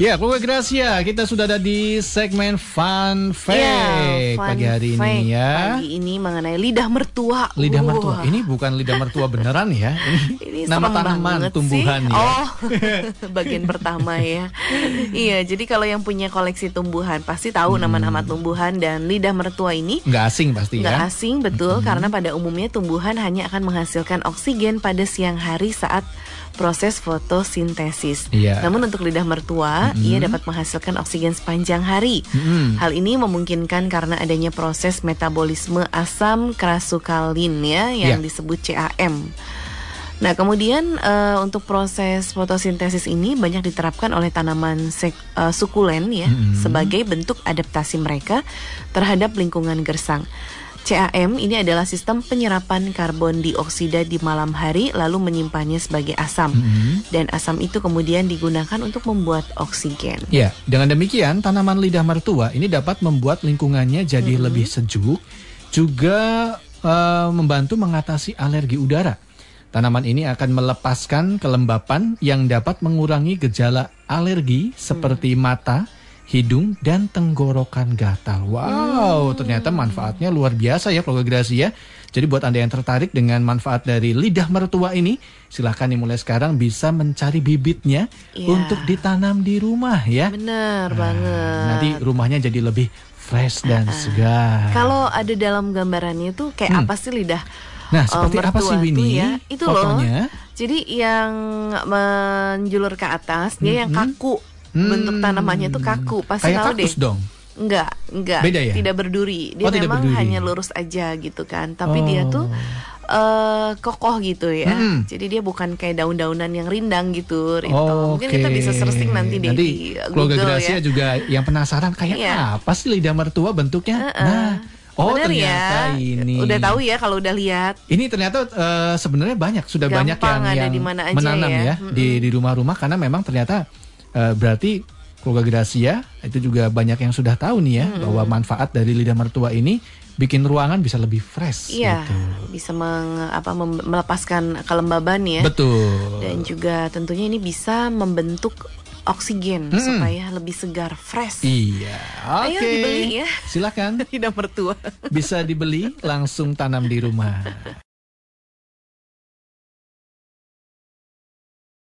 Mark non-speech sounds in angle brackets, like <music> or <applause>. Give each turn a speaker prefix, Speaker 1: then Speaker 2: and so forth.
Speaker 1: Ya, Chloe Gracia, kita sudah ada di segmen Fun Fact
Speaker 2: Ya, fun
Speaker 1: pagi hari
Speaker 2: fact
Speaker 1: ini ya.
Speaker 2: Pagi ini mengenai lidah mertua.
Speaker 1: Lidah
Speaker 2: Wah,
Speaker 1: mertua. Ini bukan lidah mertua beneran ya. Ini,
Speaker 2: Ini <laughs>
Speaker 1: nama
Speaker 2: serem
Speaker 1: tanaman
Speaker 2: banget
Speaker 1: tumbuhan
Speaker 2: sih.
Speaker 1: ya. <laughs>
Speaker 2: Oh, bagian pertama ya. iya, jadi kalau yang punya koleksi tumbuhan pasti tahu
Speaker 1: Hmm.
Speaker 2: nama-nama tumbuhan dan lidah mertua ini
Speaker 1: Nggak asing pasti
Speaker 2: nggak
Speaker 1: ya.
Speaker 2: asing betul karena pada umumnya tumbuhan hanya akan menghasilkan oksigen pada siang hari saat proses fotosintesis.
Speaker 1: Iya. Hmm.
Speaker 2: Namun untuk lidah mertua, ia dapat menghasilkan oksigen sepanjang hari.
Speaker 1: Mm-mm.
Speaker 2: Hal ini memungkinkan karena adanya proses metabolisme asam krasukalin ya
Speaker 1: Iya.
Speaker 2: yang disebut CAM. Nah, kemudian eh, untuk proses fotosintesis ini banyak diterapkan oleh tanaman sek- eh, sukulen ya
Speaker 1: Mm-mm.
Speaker 2: sebagai bentuk adaptasi mereka terhadap lingkungan gersang. CAM ini adalah sistem penyerapan karbon dioksida di malam hari lalu menyimpannya sebagai asam.
Speaker 1: Mm-mm.
Speaker 2: Dan asam itu kemudian digunakan untuk membuat oksigen.
Speaker 1: Ya, dengan demikian tanaman lidah mertua ini dapat membuat lingkungannya jadi lebih sejuk, juga eh, membantu mengatasi alergi udara. Tanaman ini akan melepaskan kelembapan yang dapat mengurangi gejala alergi seperti mata, hidung, dan tenggorokan gatal. Wow, ternyata manfaatnya luar biasa ya keluarga Grasi ya. Jadi buat Anda yang tertarik dengan manfaat dari lidah mertua ini, silahkan dimulai sekarang bisa mencari bibitnya
Speaker 2: Iya.
Speaker 1: untuk ditanam di rumah ya. Nah,
Speaker 2: Bener banget. Ah,
Speaker 1: Nanti rumahnya jadi lebih fresh dan segar.
Speaker 2: Kalau ada dalam gambarannya tuh
Speaker 1: Hmm.
Speaker 2: kayak apa sih lidah?
Speaker 1: Nah,
Speaker 2: eh,
Speaker 1: seperti apa
Speaker 2: mertua
Speaker 1: sih,
Speaker 2: tuh
Speaker 1: Winnie,
Speaker 2: ya? Itu
Speaker 1: fotonya?
Speaker 2: loh. Jadi yang menjulur ke atas, dia yang kaku.
Speaker 1: Hmm.
Speaker 2: Bentuk tanamannya tuh kaku. Pasti
Speaker 1: Kayak
Speaker 2: tahu
Speaker 1: kaktus
Speaker 2: deh.
Speaker 1: dong.
Speaker 2: Enggak, enggak.
Speaker 1: Beda ya?
Speaker 2: Tidak berduri. Dia
Speaker 1: Oh, tidak
Speaker 2: memang
Speaker 1: berduri.
Speaker 2: hanya lurus aja gitu kan.
Speaker 1: Oh.
Speaker 2: Tapi
Speaker 1: Hmm.
Speaker 2: dia tuh eh kokoh gitu ya.
Speaker 1: Mm-mm.
Speaker 2: Jadi dia bukan kayak daun-daunan yang rindang gitu. Rito. Mungkin
Speaker 1: Oh, Oke.
Speaker 2: kita bisa searching nanti deh
Speaker 1: Nanti
Speaker 2: di eh,
Speaker 1: keluarga
Speaker 2: Google
Speaker 1: Gracia
Speaker 2: ya.
Speaker 1: juga yang penasaran kayak
Speaker 2: Iya.
Speaker 1: apa sih lidah mertua bentuknya?
Speaker 2: Heeh.
Speaker 1: Nah, oh
Speaker 2: Bener
Speaker 1: ternyata
Speaker 2: ya.
Speaker 1: ini.
Speaker 2: Udah tahu ya kalau udah lihat.
Speaker 1: Ini ternyata eh, sebenarnya banyak sudah banyak
Speaker 2: Gampang
Speaker 1: yang
Speaker 2: ada
Speaker 1: yang
Speaker 2: di mana aja
Speaker 1: menanam
Speaker 2: ya.
Speaker 1: ya, di di rumah-rumah karena memang ternyata eh, berarti keluarga Gracia itu juga banyak yang sudah tahu nih ya bahwa manfaat dari lidah mertua ini bikin ruangan bisa lebih fresh
Speaker 2: Iya,
Speaker 1: gitu.
Speaker 2: bisa meng, apa, mem- melepaskan kelembaban ya.
Speaker 1: Betul.
Speaker 2: Dan juga tentunya ini bisa membentuk oksigen
Speaker 1: Mm-mm.
Speaker 2: supaya lebih segar, fresh.
Speaker 1: Hmm.
Speaker 2: <laughs>
Speaker 1: Iya. Oke.
Speaker 2: Ayo dibeli ya.
Speaker 1: Silakan
Speaker 2: Tidak mertua.
Speaker 1: bisa dibeli langsung tanam di rumah.